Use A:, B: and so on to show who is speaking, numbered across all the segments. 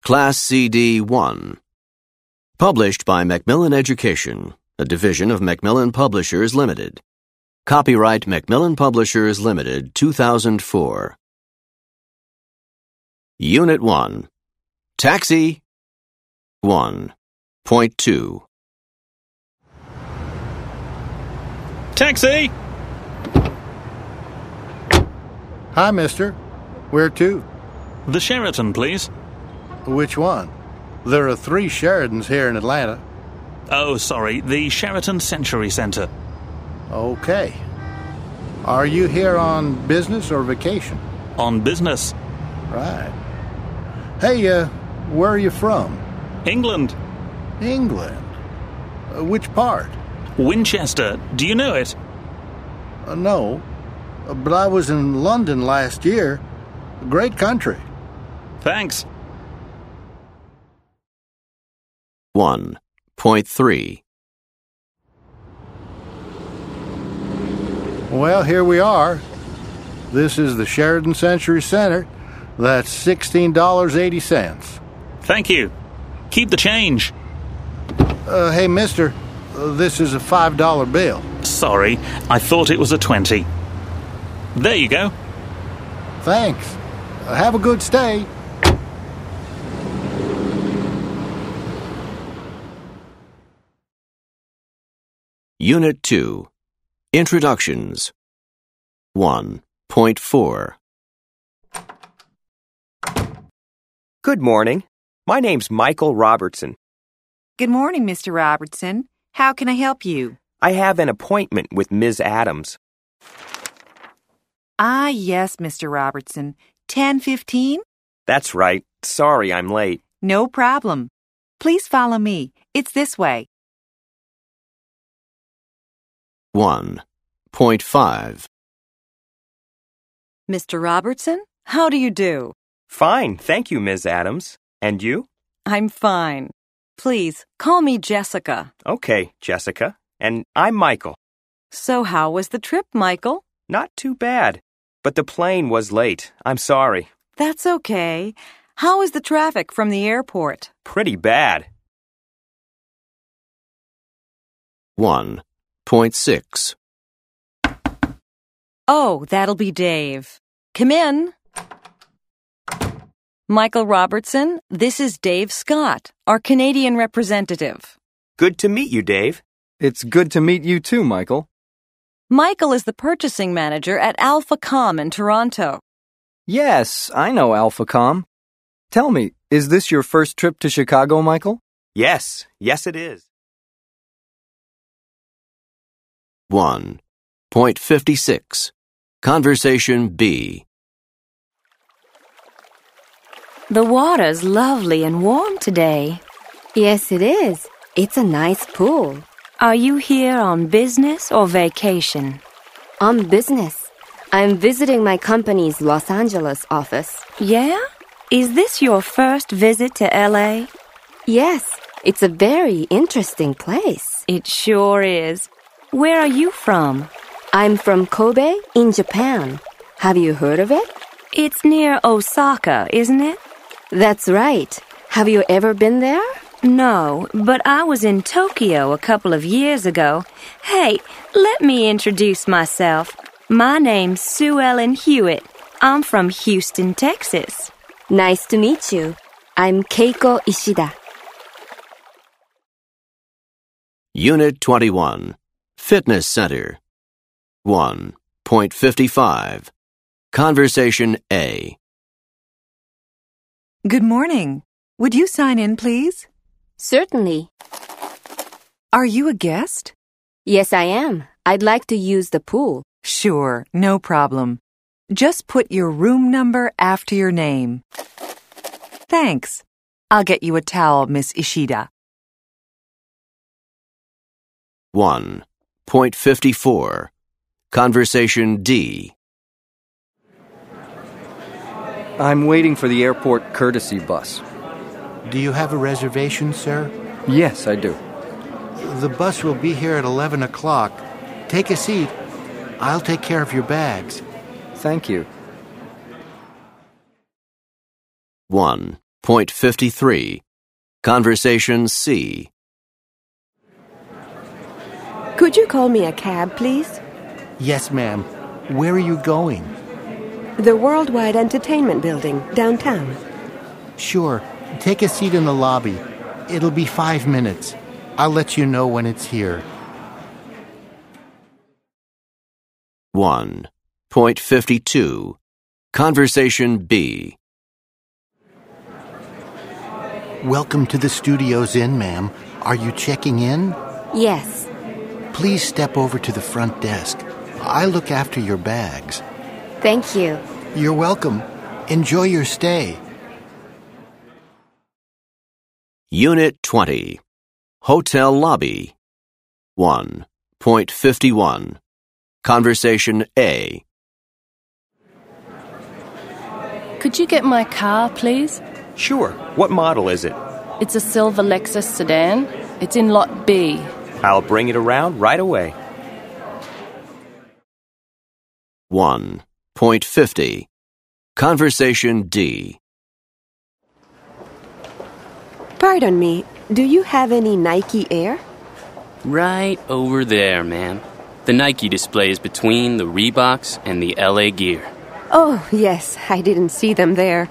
A: Class CD 1. Published by Macmillan Education, a division of Macmillan Publishers Limited. Copyright Macmillan Publishers Limited 2004. Unit 1. Taxi 1.2.
B: Taxi!
C: Hi, mister. Where to?
B: The Sheraton, please.
C: Which one? There are three Sheridans here in Atlanta.
B: Oh, sorry, the Sheraton Century Centre.
C: Okay. Are you here on business or vacation?
B: On business.
C: Right. Hey, uh, where are you from?
B: England.
C: England. Uh, which part?
B: Winchester. Do you know it?
C: Uh, no. Uh, but I was in London last year. Great country.
B: Thanks.
A: 1.3.
C: Well, here we are. This is the Sheridan Century Center. That's $16.80.
B: Thank you. Keep the change.
C: Uh, hey, mister, uh, this is a $5 bill.
B: Sorry, I thought it was a 20. There you go.
C: Thanks. Uh, have a good stay.
A: Unit 2. Introductions 1.4.
D: Good morning. My name's Michael Robertson.
E: Good morning, Mr. Robertson. How can I help you?
D: I have an appointment with Ms. Adams.
E: Ah, yes, Mr. Robertson. 1015?
D: That's right. Sorry I'm late.
E: No problem. Please follow me. It's this way.
A: 1.5.
F: Mr. Robertson, how do you do?
D: Fine, thank you, Ms. Adams. And you?
F: I'm fine. Please, call me Jessica.
D: Okay, Jessica. And I'm Michael.
F: So, how was the trip, Michael?
D: Not too bad. But the plane was late. I'm sorry.
F: That's okay. How is the traffic from the airport?
D: Pretty bad.
A: 1.6.
F: Oh, that'll be Dave. Come in. Michael Robertson, this is Dave Scott, our Canadian representative.
D: Good to meet you, Dave.
G: It's good to meet you too, Michael.
F: Michael is the purchasing manager at Alpha Com in Toronto.
G: Yes, I know AlphaCom. Tell me, is this your first trip to Chicago, Michael?
D: Yes, yes, it is.
A: 1.56. Conversation B.
H: The water's lovely and warm today.
I: Yes, it is. It's a nice pool.
H: Are you here on business or vacation?
I: On business. I'm visiting my company's Los Angeles office.
H: Yeah? Is this your first visit to LA?
I: Yes, it's a very interesting place.
H: It sure is. Where are you from?
I: I'm from Kobe in Japan. Have you heard of it?
H: It's near Osaka, isn't it?
I: That's right. Have you ever been there?
H: No, but I was in Tokyo a couple of years ago. Hey, let me introduce myself. My name's Sue Ellen Hewitt. I'm from Houston, Texas.
I: Nice to meet you. I'm Keiko Ishida.
A: Unit 21. Fitness Center 1.55. Conversation A.
E: Good morning. Would you sign in, please?
I: Certainly.
E: Are you a guest?
I: Yes, I am. I'd like to use the pool.
E: Sure, no problem. Just put your room number after your name. Thanks. I'll get you a towel, Miss Ishida.
A: 1.54. Conversation D.
G: I'm waiting for the airport courtesy bus.
C: Do you have a reservation, sir?
G: Yes, I do.
C: The bus will be here at 11 o'clock. Take a seat. I'll take care of your bags.
G: Thank you.
A: 1.55. Point 53. Conversation C.
J: Could you call me a cab, please?
K: Yes, ma'am. Where are you going?
J: The Worldwide Entertainment Building, downtown.
K: Sure. Take a seat in the lobby. It'll be five minutes. I'll let you know when it's here.
A: 1.52. Conversation B.
K: Welcome to the Studios Inn, ma'am. Are you checking in?
I: Yes.
K: Please step over to the front desk. I look after your bags.
I: Thank you.
K: You're welcome. Enjoy your stay.
A: Unit 20. Hotel Lobby. 1.51. Conversation A.
L: Could you get my car, please?
D: Sure. What model is it?
L: It's a silver Lexus sedan. It's in Lot B.
D: I'll bring it around right away.
A: 1.50. Conversation D.
J: Pardon me, do you have any Nike Air?
M: Right over there, ma'am. The Nike display is between the Reeboks and the LA Gear.
J: Oh, yes, I didn't see them there.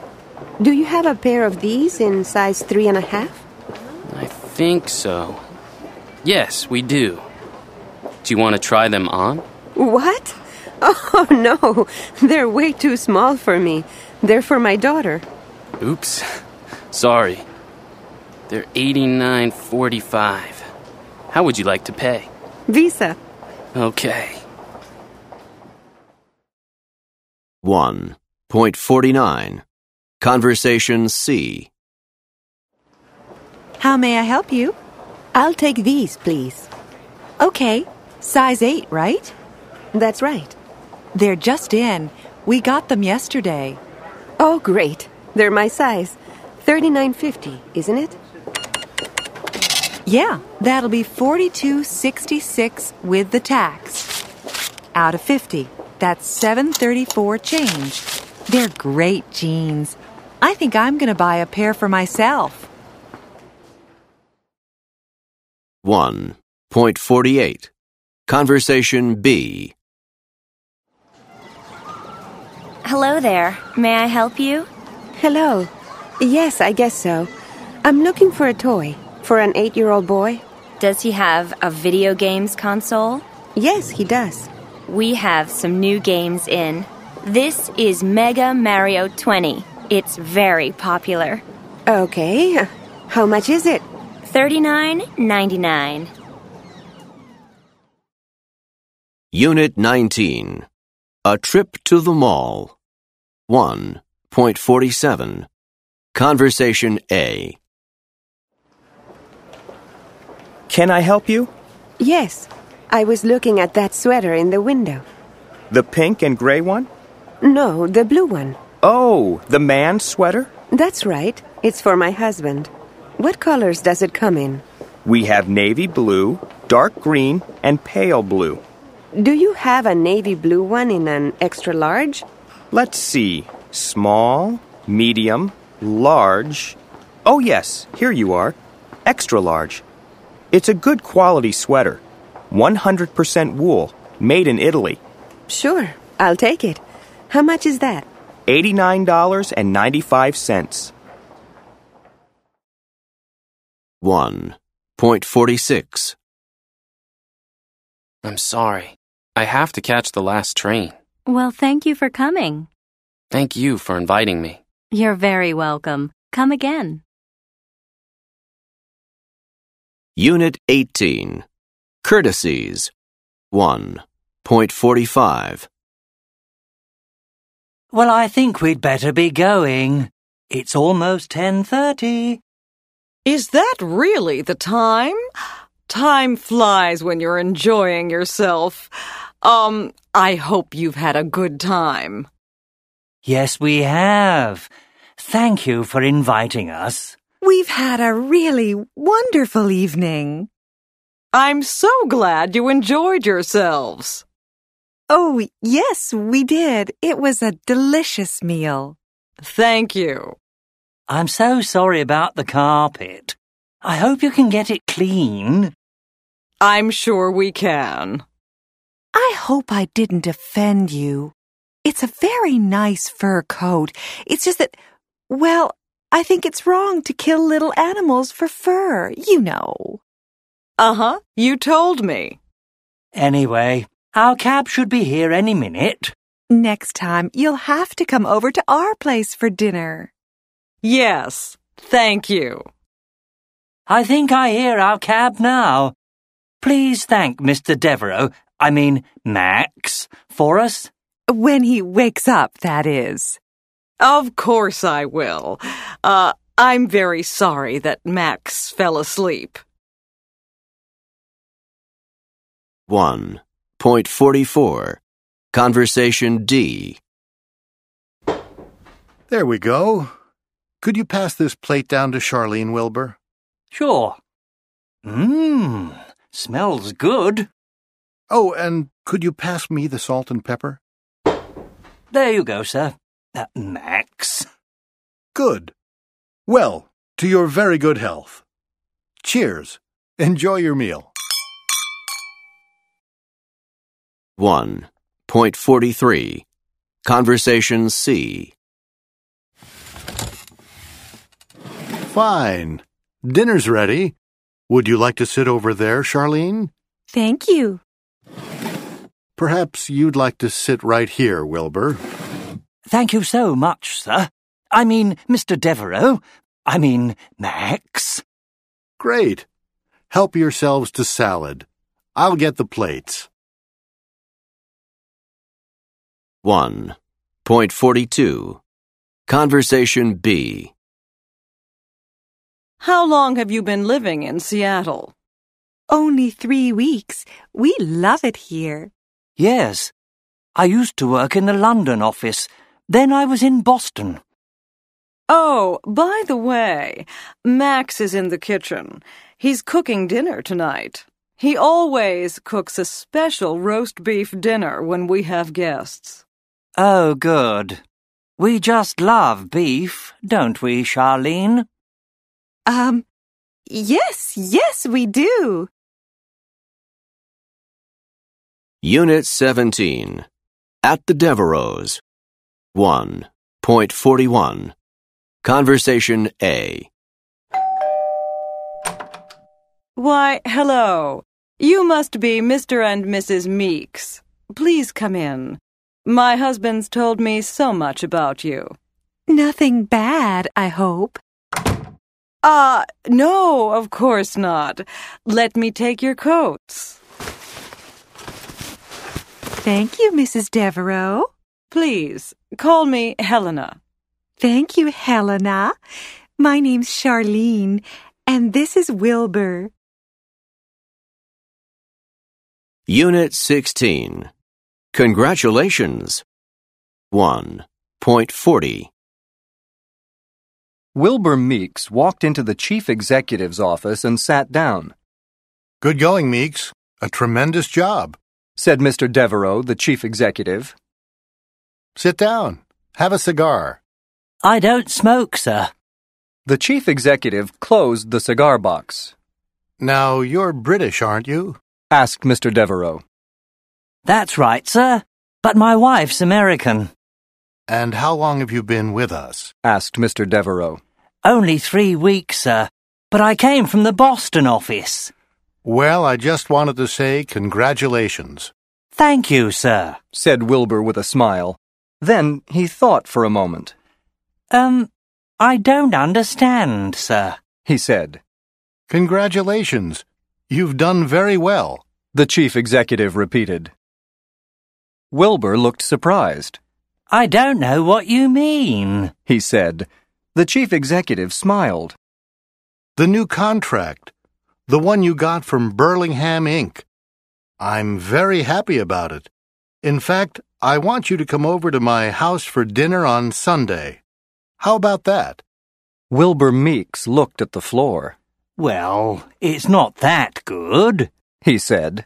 J: Do you have a pair of these in size three and a half?
M: I think so. Yes, we do. Do you want to try them on?
J: What? Oh, no, they're way too small for me. They're for my daughter.
M: Oops. Sorry. They're 89.45. How would you like to pay?
J: Visa.
M: Okay.
A: 1.49. Conversation C.
E: How may I help you?
J: I'll take these, please.
E: Okay. Size 8, right?
J: That's right.
E: They're just in. We got them yesterday.
J: Oh, great. They're my size. 39.50, isn't it?
E: Yeah, that'll be 42.66 with the tax. Out of 50. That's 734 change. They're great jeans. I think I'm going to buy a pair for myself.
A: 1.48. Conversation B.
H: Hello there. May I help you?
J: Hello. Oh, Yes, I guess so. I'm looking for a toy for an eight year old boy.
H: Does he have a video games console?
J: Yes, he does.
H: We have some new games in. This is Mega Mario 20. It's very popular.
J: Okay. How much is it?
H: $39.99.
A: Unit 19. A Trip to the Mall. 1.47. Conversation A.
D: Can I help you?
J: Yes. I was looking at that sweater in the window.
D: The pink and gray one?
J: No, the blue one.
D: Oh, the man's sweater?
J: That's right. It's for my husband. What colors does it come in?
D: We have navy blue, dark green, and pale blue.
J: Do you have a navy blue one in an extra large?
D: Let's see. Small, medium, large. Oh, yes, here you are. Extra large. It's a good quality sweater. 100% wool, made in Italy.
J: Sure, I'll take it. How much is that?
D: $89.95.
A: 1.46.
M: I'm sorry. I have to catch the last train.
F: Well, thank you for coming.
M: Thank you for inviting me.
F: You're very welcome. Come again.
A: Unit 18. Courtesies. 1.45.
N: Well, I think we'd better be going. It's almost 10:30.
O: Is that really the time? Time flies when you're enjoying yourself. Um, I hope you've had a good time.
N: Yes, we have. Thank you for inviting us.
E: We've had a really wonderful evening.
O: I'm so glad you enjoyed yourselves.
E: Oh, yes, we did. It was a delicious meal.
O: Thank you.
N: I'm so sorry about the carpet. I hope you can get it clean.
O: I'm sure we can.
E: I hope I didn't offend you. It's a very nice fur coat. It's just that, well, I think it's wrong to kill little animals for fur, you know.
O: Uh huh. You told me.
N: Anyway, our cab should be here any minute.
E: Next time, you'll have to come over to our place for dinner.
O: Yes. Thank you.
N: I think I hear our cab now. Please thank Mr. Devereux, I mean Max, for us.
E: When he wakes up, that is.
O: Of course I will. Uh, I'm very sorry that Max fell asleep.
A: 1.44 Conversation D.
C: There we go. Could you pass this plate down to Charlene Wilbur?
N: Sure. Mmm, smells good.
C: Oh, and could you pass me the salt and pepper?
N: There you go, sir. Uh, Max.
C: Good. Well, to your very good health. Cheers. Enjoy your meal.
A: 1.43 Conversation C.
C: Fine. Dinner's ready. Would you like to sit over there, Charlene?
E: Thank you.
C: Perhaps you'd like to sit right here, Wilbur.
N: Thank you so much, sir. I mean, Mr. Devereux. I mean, Max.
C: Great. Help yourselves to salad. I'll get the plates.
A: 1.42 Conversation B.
O: How long have you been living in Seattle?
E: Only three weeks. We love it here.
N: Yes. I used to work in the London office. Then I was in Boston.
O: Oh, by the way, Max is in the kitchen. He's cooking dinner tonight. He always cooks a special roast beef dinner when we have guests.
N: Oh, good. We just love beef, don't we, Charlene?
E: Um, yes, yes, we do.
A: Unit 17. At the Devereaux's. 1.41. Conversation A.
O: Why, hello. You must be Mr. and Mrs. Meeks. Please come in. My husband's told me so much about you.
E: Nothing bad, I hope.
O: Ah, uh, no, of course not. Let me take your coats.
E: Thank you, Mrs. Devereux.
O: Please call me Helena.
E: Thank you, Helena. My name's Charlene, and this is Wilbur.
A: Unit 16. Congratulations. 1.40.
G: Wilbur Meeks walked into the chief executive's office and sat down.
C: Good going, Meeks. A tremendous job,
G: said Mr. Devereux, the chief executive.
C: Sit down. Have a cigar.
N: I don't smoke, sir.
G: The chief executive closed the cigar box.
C: Now, you're British, aren't you?
G: asked Mr. Devereux.
N: That's right, sir. But my wife's American.
C: And how long have you been with us?
G: asked Mr. Devereux.
N: Only three weeks, sir. But I came from the Boston office.
C: Well, I just wanted to say congratulations.
N: Thank you, sir,
G: said Wilbur with a smile. Then he thought for a moment.
N: Um, I don't understand, sir,
G: he said.
C: Congratulations. You've done very well,
G: the chief executive repeated. Wilbur looked surprised.
N: I don't know what you mean,
G: he said. The chief executive smiled.
C: The new contract, the one you got from Burlingham Inc. I'm very happy about it. In fact, I want you to come over to my house for dinner on Sunday. How about that?
G: Wilbur Meeks looked at the floor.
N: Well, it's not that good,
G: he said.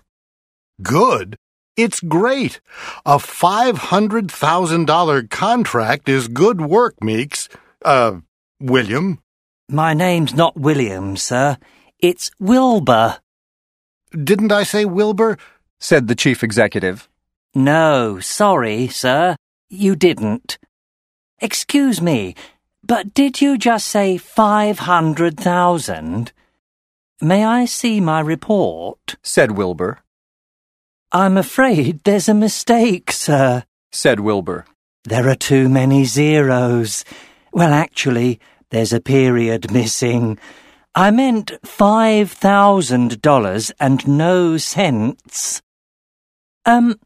C: Good? It's great. A $500,000 contract is good work, Meeks. Uh, William?
N: My name's not William, sir. It's Wilbur.
C: Didn't I say Wilbur?
G: said the chief executive.
N: No, sorry, sir. You didn't. Excuse me, but did you just say 500,000? May I see my report?
G: said Wilbur.
N: I'm afraid there's a mistake, sir,
G: said Wilbur.
N: There are too many zeros. Well, actually, there's a period missing. I meant five thousand dollars and no cents. Um,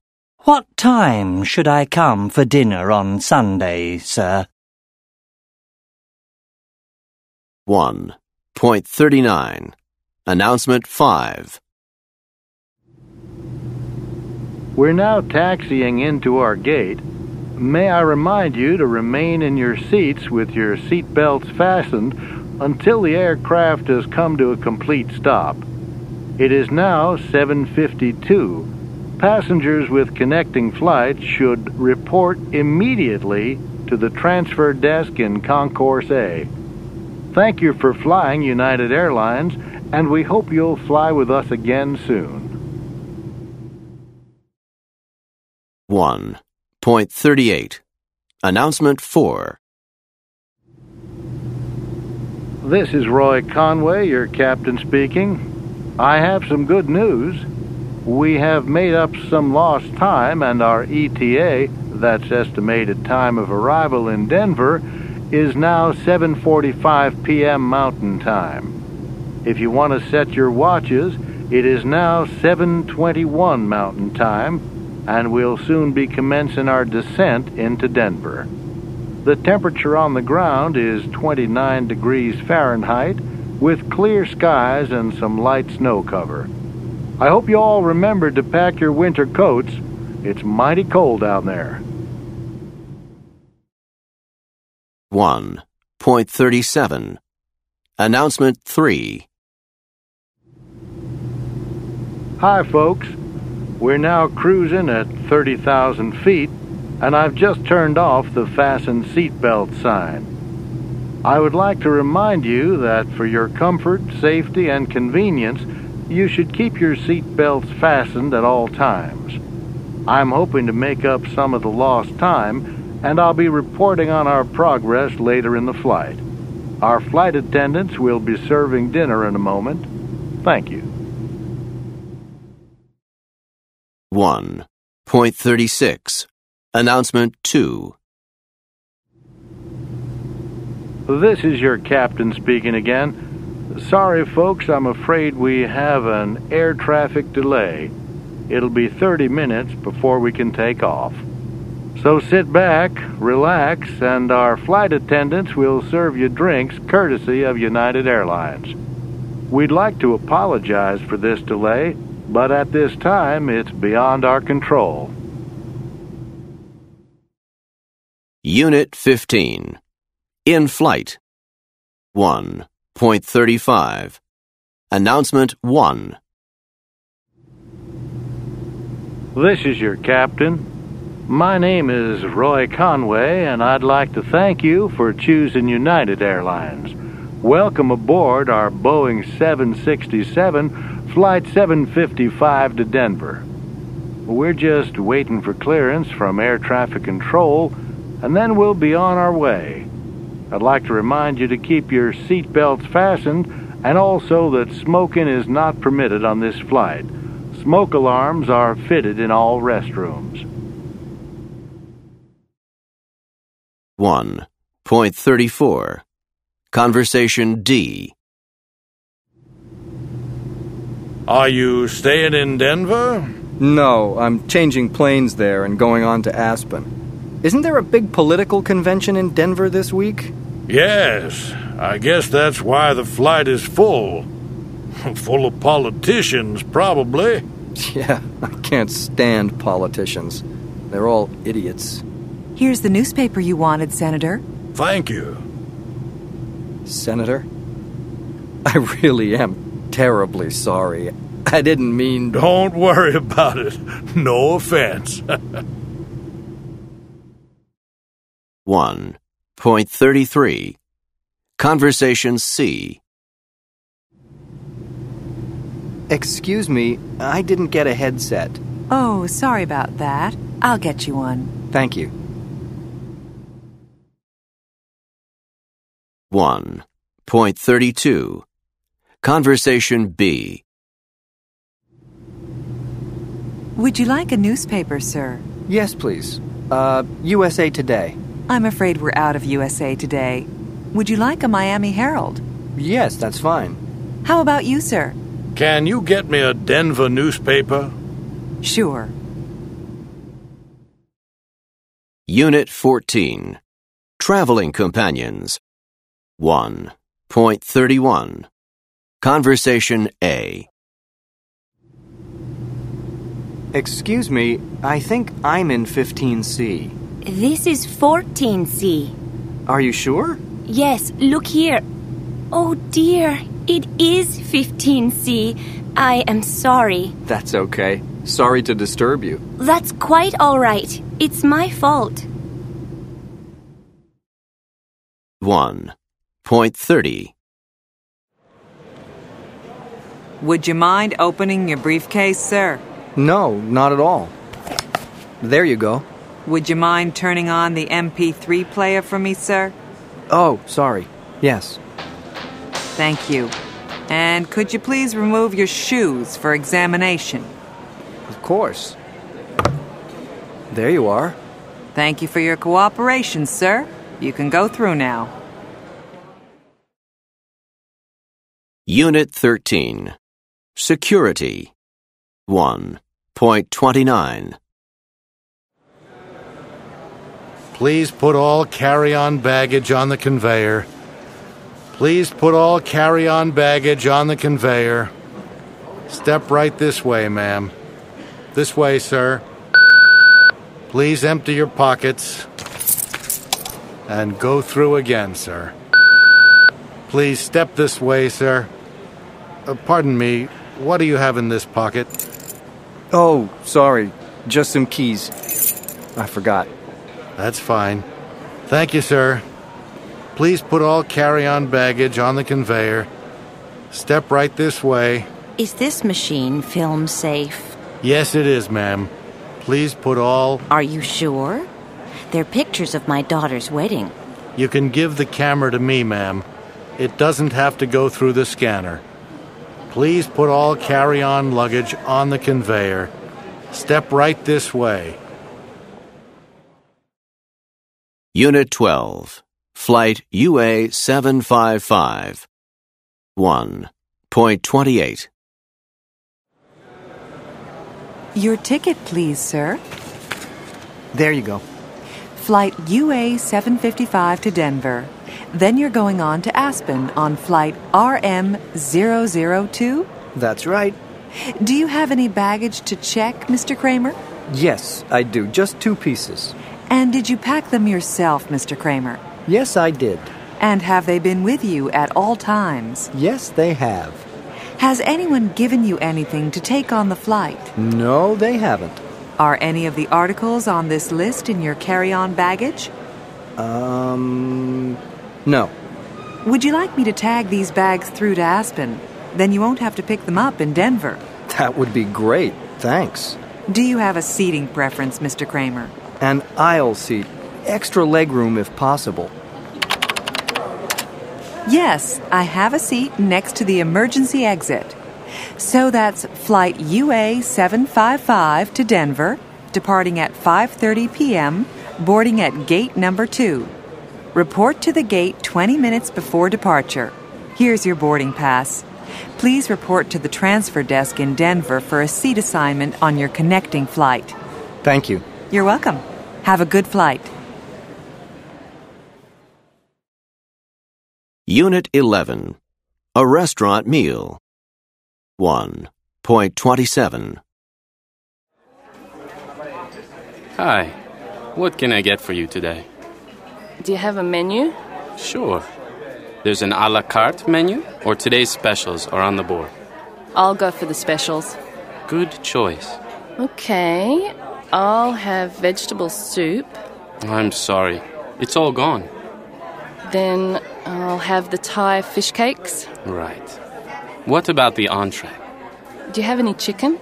N: what time should I come for dinner on Sunday, sir?
A: 1.39 Announcement 5
C: We're now taxiing into our gate. May I remind you to remain in your seats with your seat belts fastened until the aircraft has come to a complete stop. It is now 7:52. Passengers with connecting flights should report immediately to the transfer desk in Concourse A. Thank you for flying United Airlines, and we hope you'll fly with us again soon.
A: 1.38 Announcement 4
C: This is Roy Conway, your captain speaking. I have some good news. We have made up some lost time, and our ETA, that's estimated time of arrival in Denver, is now 7:45 p.m. Mountain Time. If you want to set your watches, it is now 7:21 Mountain Time, and we'll soon be commencing our descent into Denver. The temperature on the ground is 29 degrees Fahrenheit with clear skies and some light snow cover. I hope you all remember to pack your winter coats. It's mighty cold down there.
A: 1.37 Announcement 3
C: Hi, folks. We're now cruising at 30,000 feet and I've just turned off the fasten seatbelt sign. I would like to remind you that for your comfort, safety, and convenience, you should keep your seatbelts fastened at all times. I'm hoping to make up some of the lost time, and I'll be reporting on our progress later in the flight. Our flight attendants will be serving dinner in a moment. Thank you.
A: 1.36 Announcement 2
C: This is your captain speaking again. Sorry, folks, I'm afraid we have an air traffic delay. It'll be 30 minutes before we can take off. So sit back, relax, and our flight attendants will serve you drinks courtesy of United Airlines. We'd like to apologize for this delay, but at this time it's beyond our control.
A: Unit 15. In Flight. 1.35. Announcement 1.
C: This is your captain. My name is Roy Conway, and I'd like to thank you for choosing United Airlines. Welcome aboard our Boeing 767, Flight 755 to Denver. We're just waiting for clearance from Air Traffic Control and then we'll be on our way. I'd like to remind you to keep your seat belts fastened and also that smoking is not permitted on this flight. Smoke alarms are fitted in all restrooms.
A: 1.34 Conversation D
P: Are you staying in Denver?
G: No, I'm changing planes there and going on to Aspen. Isn't there a big political convention in Denver this week?
P: Yes, I guess that's why the flight is full. full of politicians, probably.
G: Yeah, I can't stand politicians. They're all idiots.
E: Here's the newspaper you wanted, Senator.
P: Thank you.
G: Senator, I really am terribly sorry. I didn't mean.
P: Don't worry about it. No offense.
A: 1.33 Conversation C.
G: Excuse me, I didn't get a headset.
E: Oh, sorry about that. I'll get you one.
G: Thank you.
A: 1.32. Conversation B.
E: Would you like a newspaper, sir?
G: Yes, please. Uh, USA Today.
E: I'm afraid we're out of USA Today. Would you like a Miami Herald?
G: Yes, that's fine.
E: How about you, sir?
P: Can you get me a Denver newspaper?
E: Sure.
A: Unit 14. Traveling Companions. 1.31. Conversation A.
G: Excuse me, I think I'm in 15C.
H: This is 14C.
G: Are you sure?
H: Yes, look here. Oh dear, it is 15C. I am sorry.
G: That's okay. Sorry to disturb you.
H: That's quite all right. It's my fault.
A: 1.30.
E: Would you mind opening your briefcase, sir?
G: No, not at all. There you go.
E: Would you mind turning on the MP3 player for me, sir?
G: Oh, sorry. Yes.
E: Thank you. And could you please remove your shoes for examination?
G: Of course. There you are.
E: Thank you for your cooperation, sir. You can go through now.
A: Unit 13. Security. 1.29.
C: Please put all carry on baggage on the conveyor. Please put all carry on baggage on the conveyor. Step right this way, ma'am. This way, sir. Please empty your pockets and go through again, sir. Please step this way, sir. Uh, pardon me, what do you have in this pocket?
G: Oh, sorry. Just some keys. I forgot.
C: That's fine. Thank you, sir. Please put all carry on baggage on the conveyor. Step right this way.
H: Is this machine film safe?
C: Yes, it is, ma'am. Please put all.
H: Are you sure? They're pictures of my daughter's wedding.
C: You can give the camera to me, ma'am. It doesn't have to go through the scanner. Please put all carry on luggage on the conveyor. Step right this way.
A: Unit 12. Flight UA 755. 1.28.
E: Your ticket, please, sir.
G: There you go.
E: Flight UA 755 to Denver. Then you're going on to Aspen on flight RM002.
G: That's right.
E: Do you have any baggage to check, Mr. Kramer?
G: Yes, I do. Just two pieces.
E: And did you pack them yourself, Mr. Kramer?
G: Yes, I did.
E: And have they been with you at all times?
G: Yes, they have.
E: Has anyone given you anything to take on the flight?
G: No, they haven't.
E: Are any of the articles on this list in your carry on baggage?
G: Um, no.
E: Would you like me to tag these bags through to Aspen? Then you won't have to pick them up in Denver.
G: That would be great. Thanks.
E: Do you have a seating preference, Mr. Kramer?
G: An aisle seat. Extra legroom if possible.
E: Yes, I have a seat next to the emergency exit. So that's flight UA 755 to Denver, departing at 5:30 p.m., boarding at gate number 2. Report to the gate 20 minutes before departure. Here's your boarding pass. Please report to the transfer desk in Denver for a seat assignment on your connecting flight.
G: Thank you.
E: You're welcome. Have a good flight.
A: Unit 11. A restaurant meal. 1.27.
M: Hi. What can I get for you today?
L: Do you have a menu?
M: Sure. There's an a la carte menu, or today's specials are on the board.
L: I'll go for the specials.
M: Good choice.
L: Okay. I'll have vegetable soup.
M: I'm sorry. It's all gone.
L: Then I'll have the Thai fish cakes.
M: Right. What about the entree?
L: Do you have any chicken?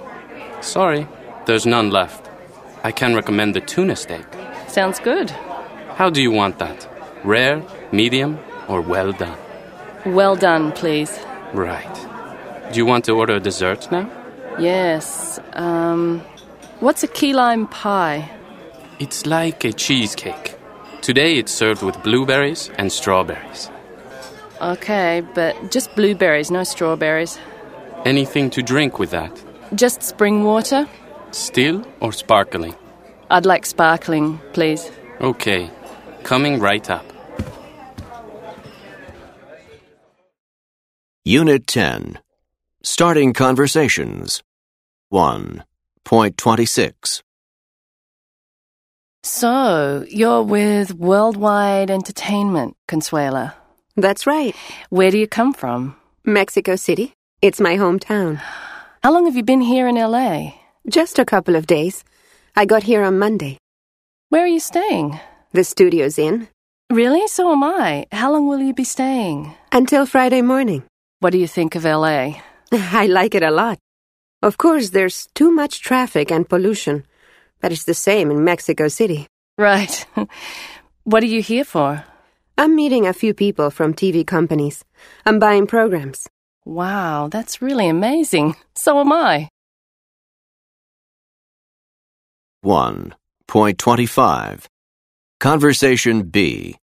M: Sorry, there's none left. I can recommend the tuna steak.
L: Sounds good.
M: How do you want that? Rare, medium, or well done?
L: Well done, please.
M: Right. Do you want to order a dessert now?
L: Yes. Um, what's a key lime pie?
M: It's like a cheesecake. Today it's served with blueberries and strawberries.
L: Okay, but just blueberries, no strawberries.
M: Anything to drink with that?
L: Just spring water?
M: Still or sparkling?
L: I'd like sparkling, please.
M: Okay, coming right up.
A: Unit 10. Starting Conversations. 1.26.
L: So, you're with Worldwide Entertainment, Consuela.
J: That's right.
L: Where do you come from?
J: Mexico City. It's my hometown.
L: How long have you been here in LA?
J: Just a couple of days. I got here on Monday.
L: Where are you staying?
J: The studio's in.
L: Really? So am I. How long will you be staying?
J: Until Friday morning.
L: What do you think of LA?
J: I like it a lot. Of course, there's too much traffic and pollution, but it's the same in Mexico City.
L: Right. what are you here for?
J: I'm meeting a few people from TV companies. I'm buying programs.
L: Wow, that's really amazing. So am I.
A: 1.25. Conversation B.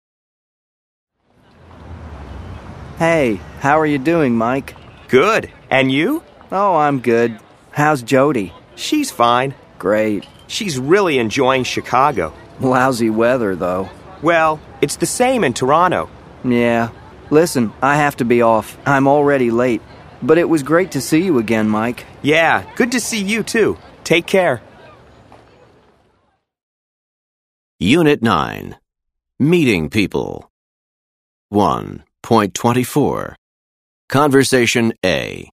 G: Hey, how are you doing, Mike?
D: Good. And you?
G: Oh, I'm good. How's Jody?
D: She's fine.
G: Great.
D: She's really enjoying Chicago.
G: Lousy weather, though.
D: Well, it's the same in Toronto.
G: Yeah. Listen, I have to be off. I'm already late. But it was great to see you again, Mike.
D: Yeah, good to see you too. Take care.
A: Unit 9. Meeting people. 1.24. Conversation A.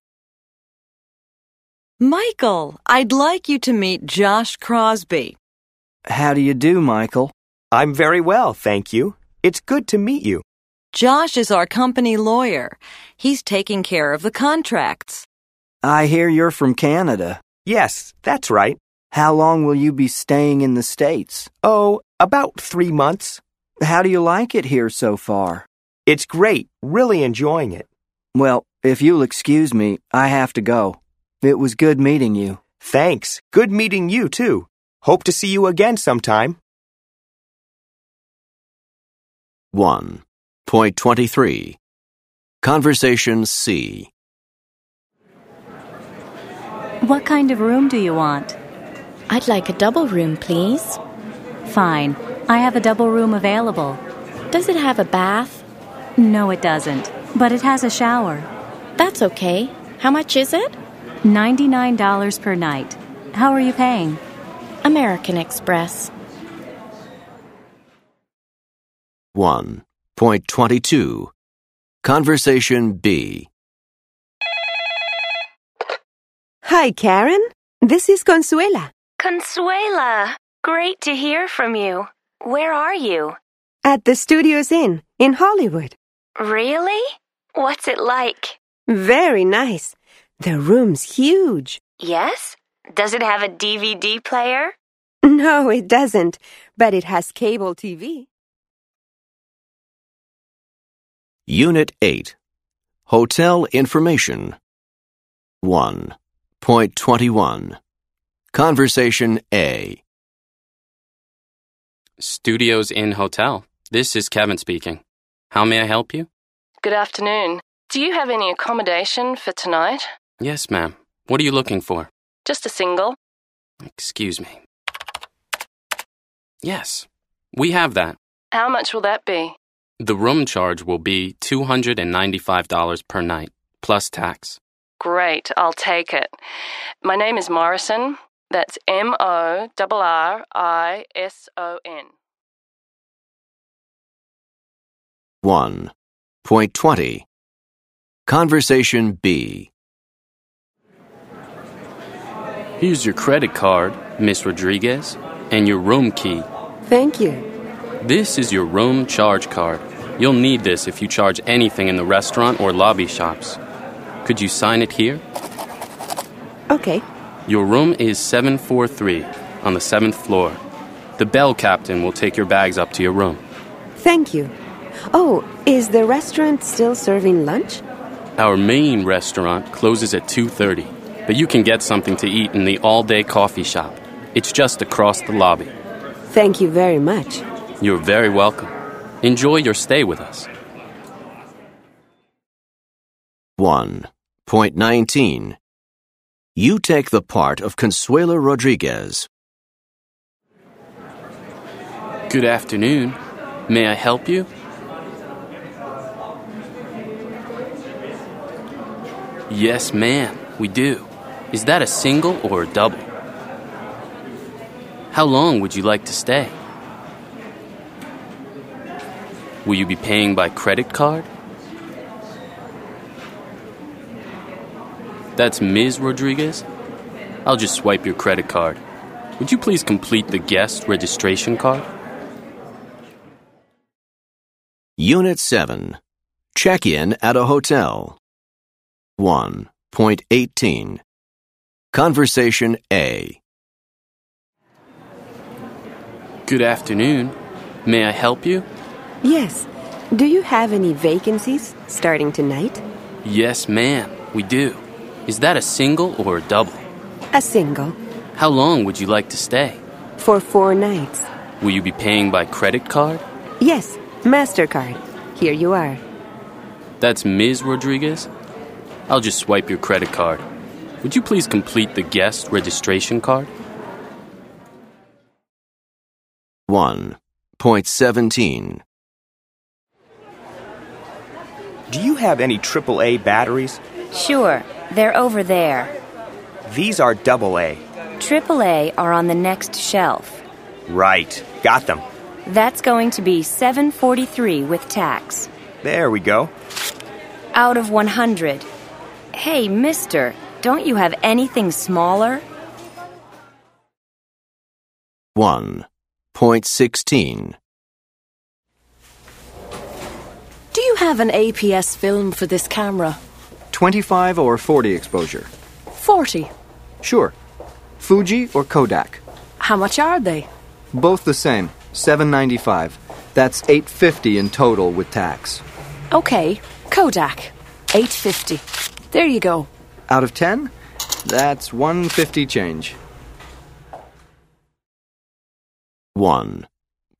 Q: Michael, I'd like you to meet Josh Crosby.
G: How do you do, Michael?
D: I'm very well, thank you. It's good to meet you.
Q: Josh is our company lawyer. He's taking care of the contracts.
G: I hear you're from Canada.
D: Yes, that's right.
G: How long will you be staying in the States?
D: Oh, about three months.
G: How do you like it here so far?
D: It's great, really enjoying it.
G: Well, if you'll excuse me, I have to go. It was good meeting you.
D: Thanks. Good meeting you, too. Hope to see you again sometime.
A: 1.23. Conversation C.
R: What kind of room do you want?
I: I'd like a double room, please.
R: Fine. I have a double room available.
I: Does it have a bath?
R: No, it doesn't. But it has a shower.
I: That's okay. How much is it?
R: $99 per night. How are you paying?
I: American Express.
A: 1.22. Conversation B.
J: Hi, Karen. This is Consuela.
H: Consuela, great to hear from you. Where are you?
J: At the Studios Inn in Hollywood.
H: Really? What's it like?
J: Very nice. The room's huge.
H: Yes? Does it have a DVD player?
J: No, it doesn't, but it has cable TV.
A: Unit 8. Hotel Information 1. Point 21. Conversation A.
M: Studios Inn Hotel. This is Kevin speaking. How may I help you?
L: Good afternoon. Do you have any accommodation for tonight?
M: Yes, ma'am. What are you looking for?
L: Just a single.
M: Excuse me. Yes, we have that.
L: How much will that be?
M: The room charge will be $295 per night, plus tax.
L: Great, I'll take it. My name is Morrison. That's M O R R I S O N.
A: 1.20. Conversation B.
M: Here's your credit card, Miss Rodriguez, and your room key.
J: Thank you.
M: This is your room charge card. You'll need this if you charge anything in the restaurant or lobby shops. Could you sign it here?
J: Okay.
M: Your room is 743 on the seventh floor. The bell captain will take your bags up to your room.
J: Thank you. Oh, is the restaurant still serving lunch?
M: Our main restaurant closes at 2:30, but you can get something to eat in the all-day coffee shop. It's just across the lobby.
J: Thank you very much.
M: You're very welcome. Enjoy your stay with us.
A: 1.19. You take the part of Consuela Rodriguez.
M: Good afternoon. May I help you? Yes, ma'am, we do. Is that a single or a double? How long would you like to stay? Will you be paying by credit card? That's Ms. Rodriguez? I'll just swipe your credit card. Would you please complete the guest registration card?
A: Unit 7. Check in at a hotel. 1.18. Conversation A.
M: Good afternoon. May I help you?
J: Yes. Do you have any vacancies starting tonight?
M: Yes, ma'am, we do. Is that a single or a double?
J: A single
M: How long would you like to stay?
J: for four nights.
M: Will you be paying by credit card?
J: Yes, MasterCard. Here you are.
M: That's Ms. Rodriguez? I'll just swipe your credit card. Would you please complete the guest registration card?
A: 1.17.
D: Do you have any AAA batteries?
H: Sure, they're over there.
D: These are AA.
H: AAA are on the next shelf.
D: Right, got them.
H: That's going to be 743 with tax.
D: There we go.
H: Out of 100. Hey, mister, don't you have anything smaller?
A: 1.16.
S: Do you have an APS film for this camera?
G: 25 or 40 exposure?
S: 40.
G: Sure. Fuji or Kodak?
S: How much are they?
G: Both the same, 795. That's 850 in total with tax.
S: Okay, Kodak. 850. There you go.
G: Out of 10? That's 150 change.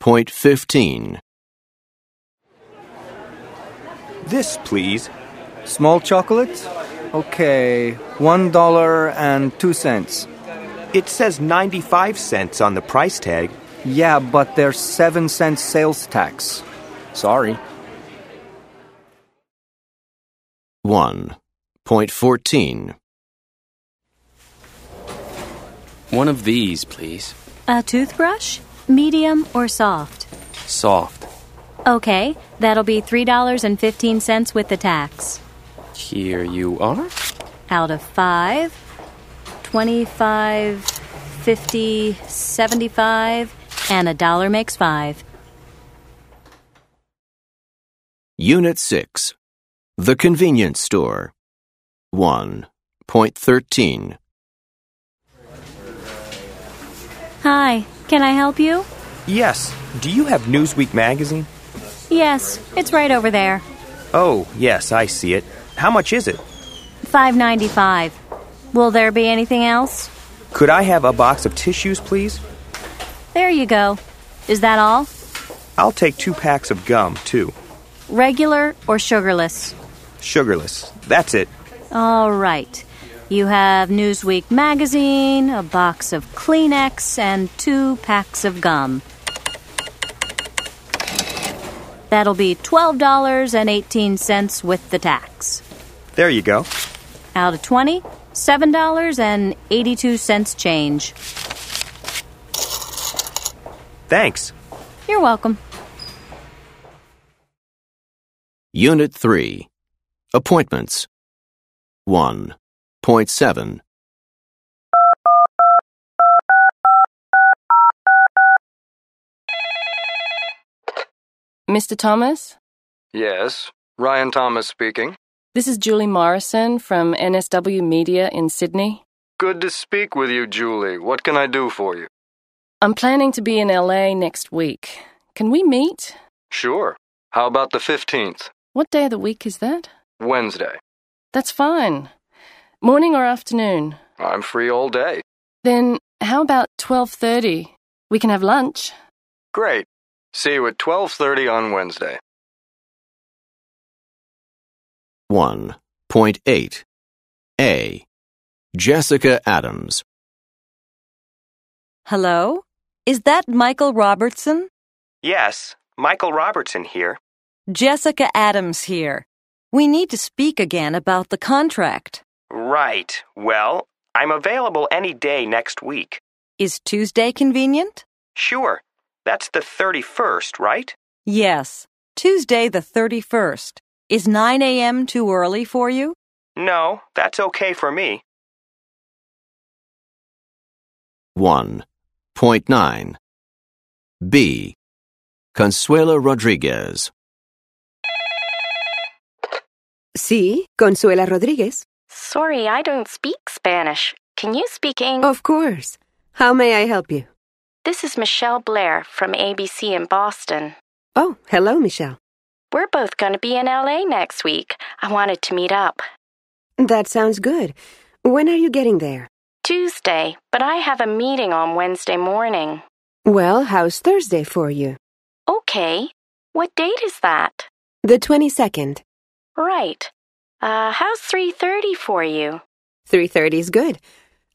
A: 1.15.
D: This, please.
G: Small chocolate? Okay, one dollar and two cents.
D: It says 95 cents on the price tag.
G: Yeah, but there's seven cents sales tax. Sorry.
A: 1.14.
M: One of these, please.
R: A toothbrush? Medium or soft?
M: Soft.
R: Okay, that'll be $3.15 with the tax.
M: Here you are.
R: Out of 5, 25, 50, 75, and a dollar makes 5.
A: Unit 6. The Convenience Store. 1.13.
R: Hi, can I help you?
D: Yes, do you have Newsweek magazine?
R: Yes, it's right over there.
D: Oh, yes, I see it. How much is it?
R: 5.95. Will there be anything else?
D: Could I have a box of tissues, please?
R: There you go. Is that all?
D: I'll take two packs of gum, too.
R: Regular or sugarless?
D: Sugarless. That's it.
R: All right. You have Newsweek magazine, a box of Kleenex, and two packs of gum. That'll be $12.18 with the tax.
D: There you go.
R: Out of 20, $7.82 change.
D: Thanks.
R: You're welcome.
A: Unit 3. Appointments. 1.7.
L: Mr. Thomas,
G: Yes. Ryan Thomas speaking.
L: This is Julie Morrison from NSW Media in Sydney.
G: Good to speak with you, Julie. What can I do for you?
L: I'm planning to be in LA next week. Can we meet?
G: Sure. How about the 15th?
L: What day of the week is that?
G: Wednesday.
L: That's fine. Morning or afternoon?
G: I'm free all day.
L: Then how about 12:30? We can have lunch.
G: Great. See you at 12:30 on Wednesday.
F: 1.8 A. Jessica Adams.
T: Hello? Is that Michael Robertson?
D: Yes, Michael Robertson here.
T: Jessica Adams here. We need to speak again about the contract.
D: Right. Well, I'm available any day next week.
T: Is Tuesday convenient?
D: Sure. That's the 31st, right?
T: Yes. Tuesday, the 31st. Is 9 a.m. too early for you?
D: No, that's okay for me.
F: 1.9 B. Consuela Rodriguez.
J: Sí, Consuela Rodriguez.
U: Sorry, I don't speak Spanish. Can you speak English?
J: Of course. How may I help you?
U: This is Michelle Blair from ABC in Boston.
J: Oh, hello, Michelle.
U: We're both going to be in LA next week. I wanted to meet up.
J: That sounds good. When are you getting there?
U: Tuesday, but I have a meeting on Wednesday morning.
J: Well, how's Thursday for you?
U: Okay. What date is that?
J: The 22nd.
U: Right. Uh, how's 3:30 for you?
J: 3:30 is good.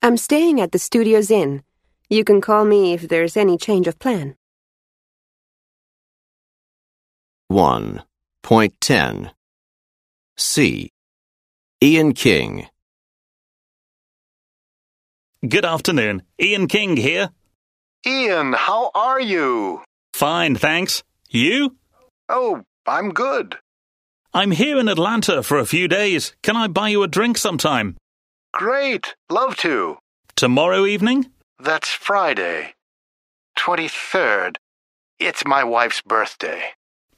J: I'm staying at the Studios Inn. You can call me if there's any change of plan.
F: 1.10 C. Ian King.
B: Good afternoon. Ian King here.
C: Ian, how are you?
B: Fine, thanks. You?
C: Oh, I'm good.
B: I'm here in Atlanta for a few days. Can I buy you a drink sometime?
C: Great. Love to.
B: Tomorrow evening?
C: That's Friday. 23rd. It's my wife's birthday.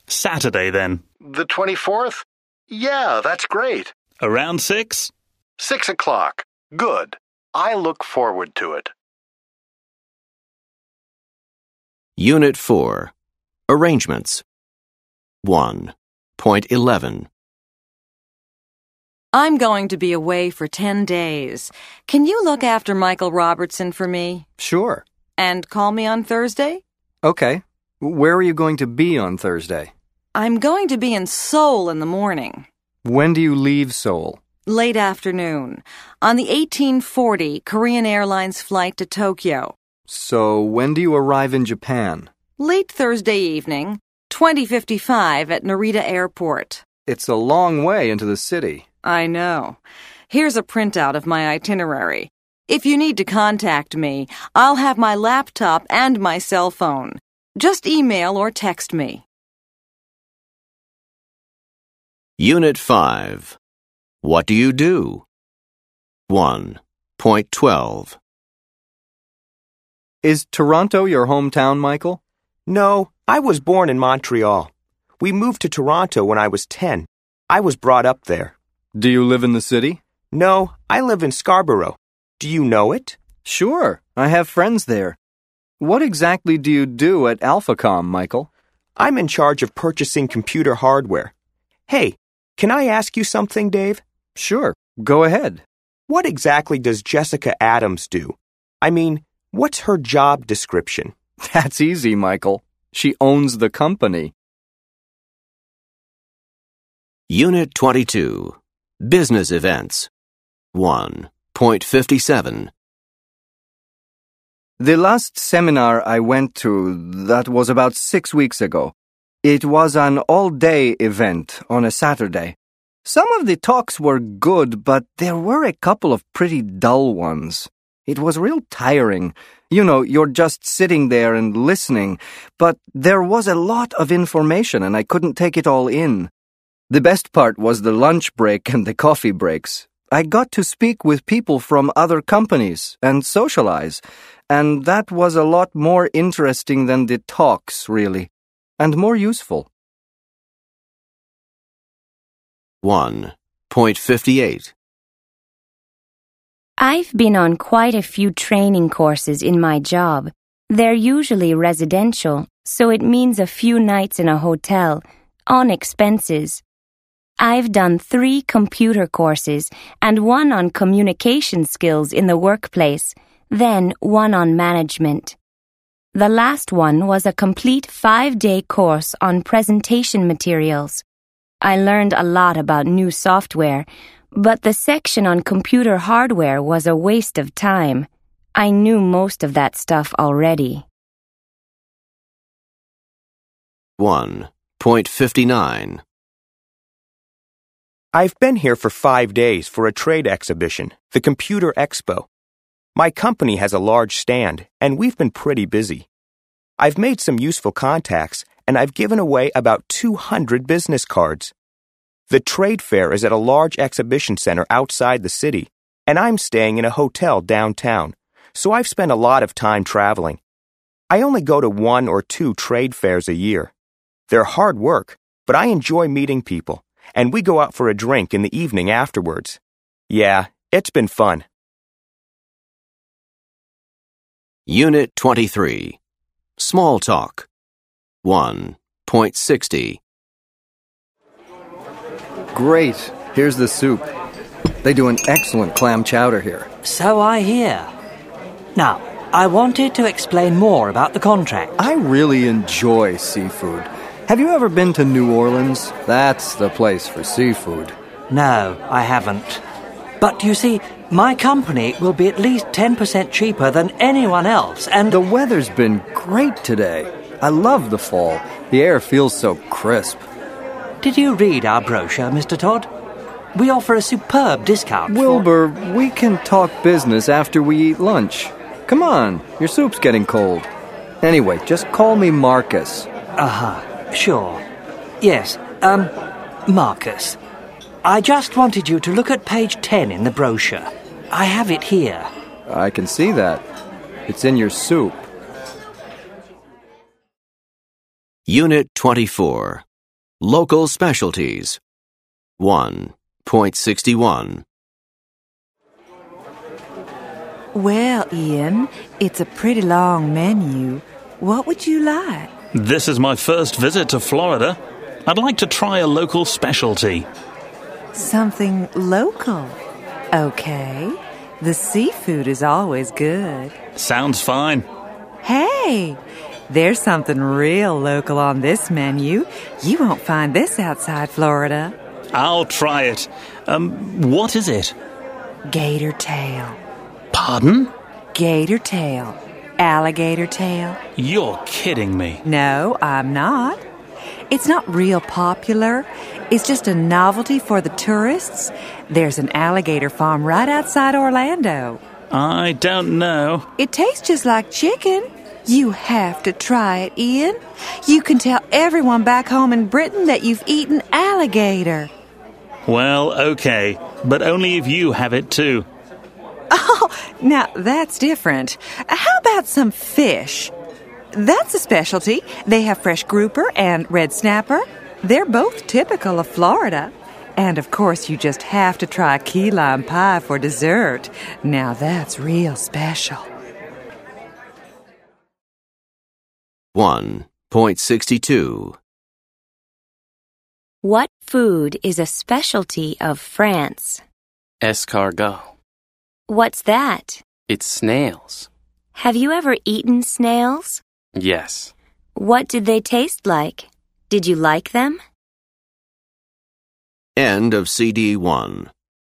B: Saturday then.
C: The 24th? Yeah, that's great.
B: Around six?
C: Six o'clock. Good. I look forward to it.
F: Unit 4 Arrangements 1.11
O: I'm going to be away for 10 days. Can you look after Michael Robertson for me?
G: Sure.
O: And call me on Thursday?
G: Okay. Where are you going to be on Thursday?
O: I'm going to be in Seoul in the morning.
G: When do you leave Seoul?
O: Late afternoon. On the 1840 Korean Airlines flight to Tokyo.
G: So, when do you arrive in Japan?
O: Late Thursday evening, 2055 at Narita Airport.
G: It's a long way into the city.
O: I know. Here's a printout of my itinerary. If you need to contact me, I'll have my laptop and my cell phone. Just email or text me.
F: Unit 5 What do you do? 1.12
G: is Toronto your hometown, Michael?
D: No, I was born in Montreal. We moved to Toronto when I was 10. I was brought up there.
G: Do you live in the city?
D: No, I live in Scarborough. Do you know it?
G: Sure, I have friends there. What exactly do you do at AlphaCom, Michael?
D: I'm in charge of purchasing computer hardware. Hey, can I ask you something, Dave?
G: Sure, go ahead.
D: What exactly does Jessica Adams do? I mean, What's her job description?
G: That's easy, Michael. She owns the company.
F: Unit 22 Business Events 1.57
G: The last seminar I went to, that was about six weeks ago. It was an all day event on a Saturday. Some of the talks were good, but there were a couple of pretty dull ones. It was real tiring. You know, you're just sitting there and listening, but there was a lot of information and I couldn't take it all in. The best part was the lunch break and the coffee breaks. I got to speak with people from other companies and socialize, and that was a lot more interesting than the talks, really, and more useful.
A: 1.58.
H: I've been on quite a few training courses in my job. They're usually residential, so it means a few nights in a hotel, on expenses. I've done three computer courses and one on communication skills in the workplace, then one on management. The last one was a complete five day course on presentation materials. I learned a lot about new software, but the section on computer hardware was a waste of time. I knew most of that stuff already.
A: 1.59.
D: I've been here for five days for a trade exhibition, the Computer Expo. My company has a large stand, and we've been pretty busy. I've made some useful contacts, and I've given away about 200 business cards. The trade fair is at a large exhibition center outside the city, and I'm staying in a hotel downtown, so I've spent a lot of time traveling. I only go to one or two trade fairs a year. They're hard work, but I enjoy meeting people and we go out for a drink in the evening afterwards. Yeah, it's been fun.
A: Unit 23 Small Talk 1.60
G: Great. Here's the soup. They do an excellent clam chowder here.
N: So I hear. Now, I wanted to explain more about the contract.
G: I really enjoy seafood. Have you ever been to New Orleans? That's the place for seafood.
N: No, I haven't. But you see, my company will be at least 10% cheaper than anyone else, and.
G: The weather's been great today. I love the fall. The air feels so crisp.
N: Did you read our brochure, Mr. Todd? We offer a superb discount.
G: Wilbur, we can talk business after we eat lunch. Come on, your soup's getting cold. Anyway, just call me Marcus.
N: Uh huh. Sure. Yes, um, Marcus, I just wanted you to look at page 10 in the brochure. I have it here.
G: I can see that. It's in your soup.
A: Unit 24 Local Specialties 1.61
E: Well, Ian, it's a pretty long menu. What would you like?
B: This is my first visit to Florida. I'd like to try a local specialty.
E: Something local. Okay. The seafood is always good.
B: Sounds fine.
E: Hey, there's something real local on this menu. You won't find this outside Florida.
B: I'll try it. Um, what is it?
E: Gator tail.
B: Pardon?
E: Gator tail alligator tail?
B: You're kidding me.
E: No, I'm not. It's not real popular. It's just a novelty for the tourists. There's an alligator farm right outside Orlando.
B: I don't know.
E: It tastes just like chicken. You have to try it, Ian. You can tell everyone back home in Britain that you've eaten alligator.
B: Well, okay, but only if you have it too.
E: Oh, now that's different. How about some fish? That's a specialty. They have fresh grouper and red snapper. They're both typical of Florida. And of course, you just have to try key lime pie for dessert. Now that's real special.
A: 1.62
H: What food is a specialty of France?
M: Escargot.
H: What's that?
M: It's snails.
H: Have you ever eaten snails?
M: Yes.
H: What did they taste like? Did you like them?
A: End of CD 1.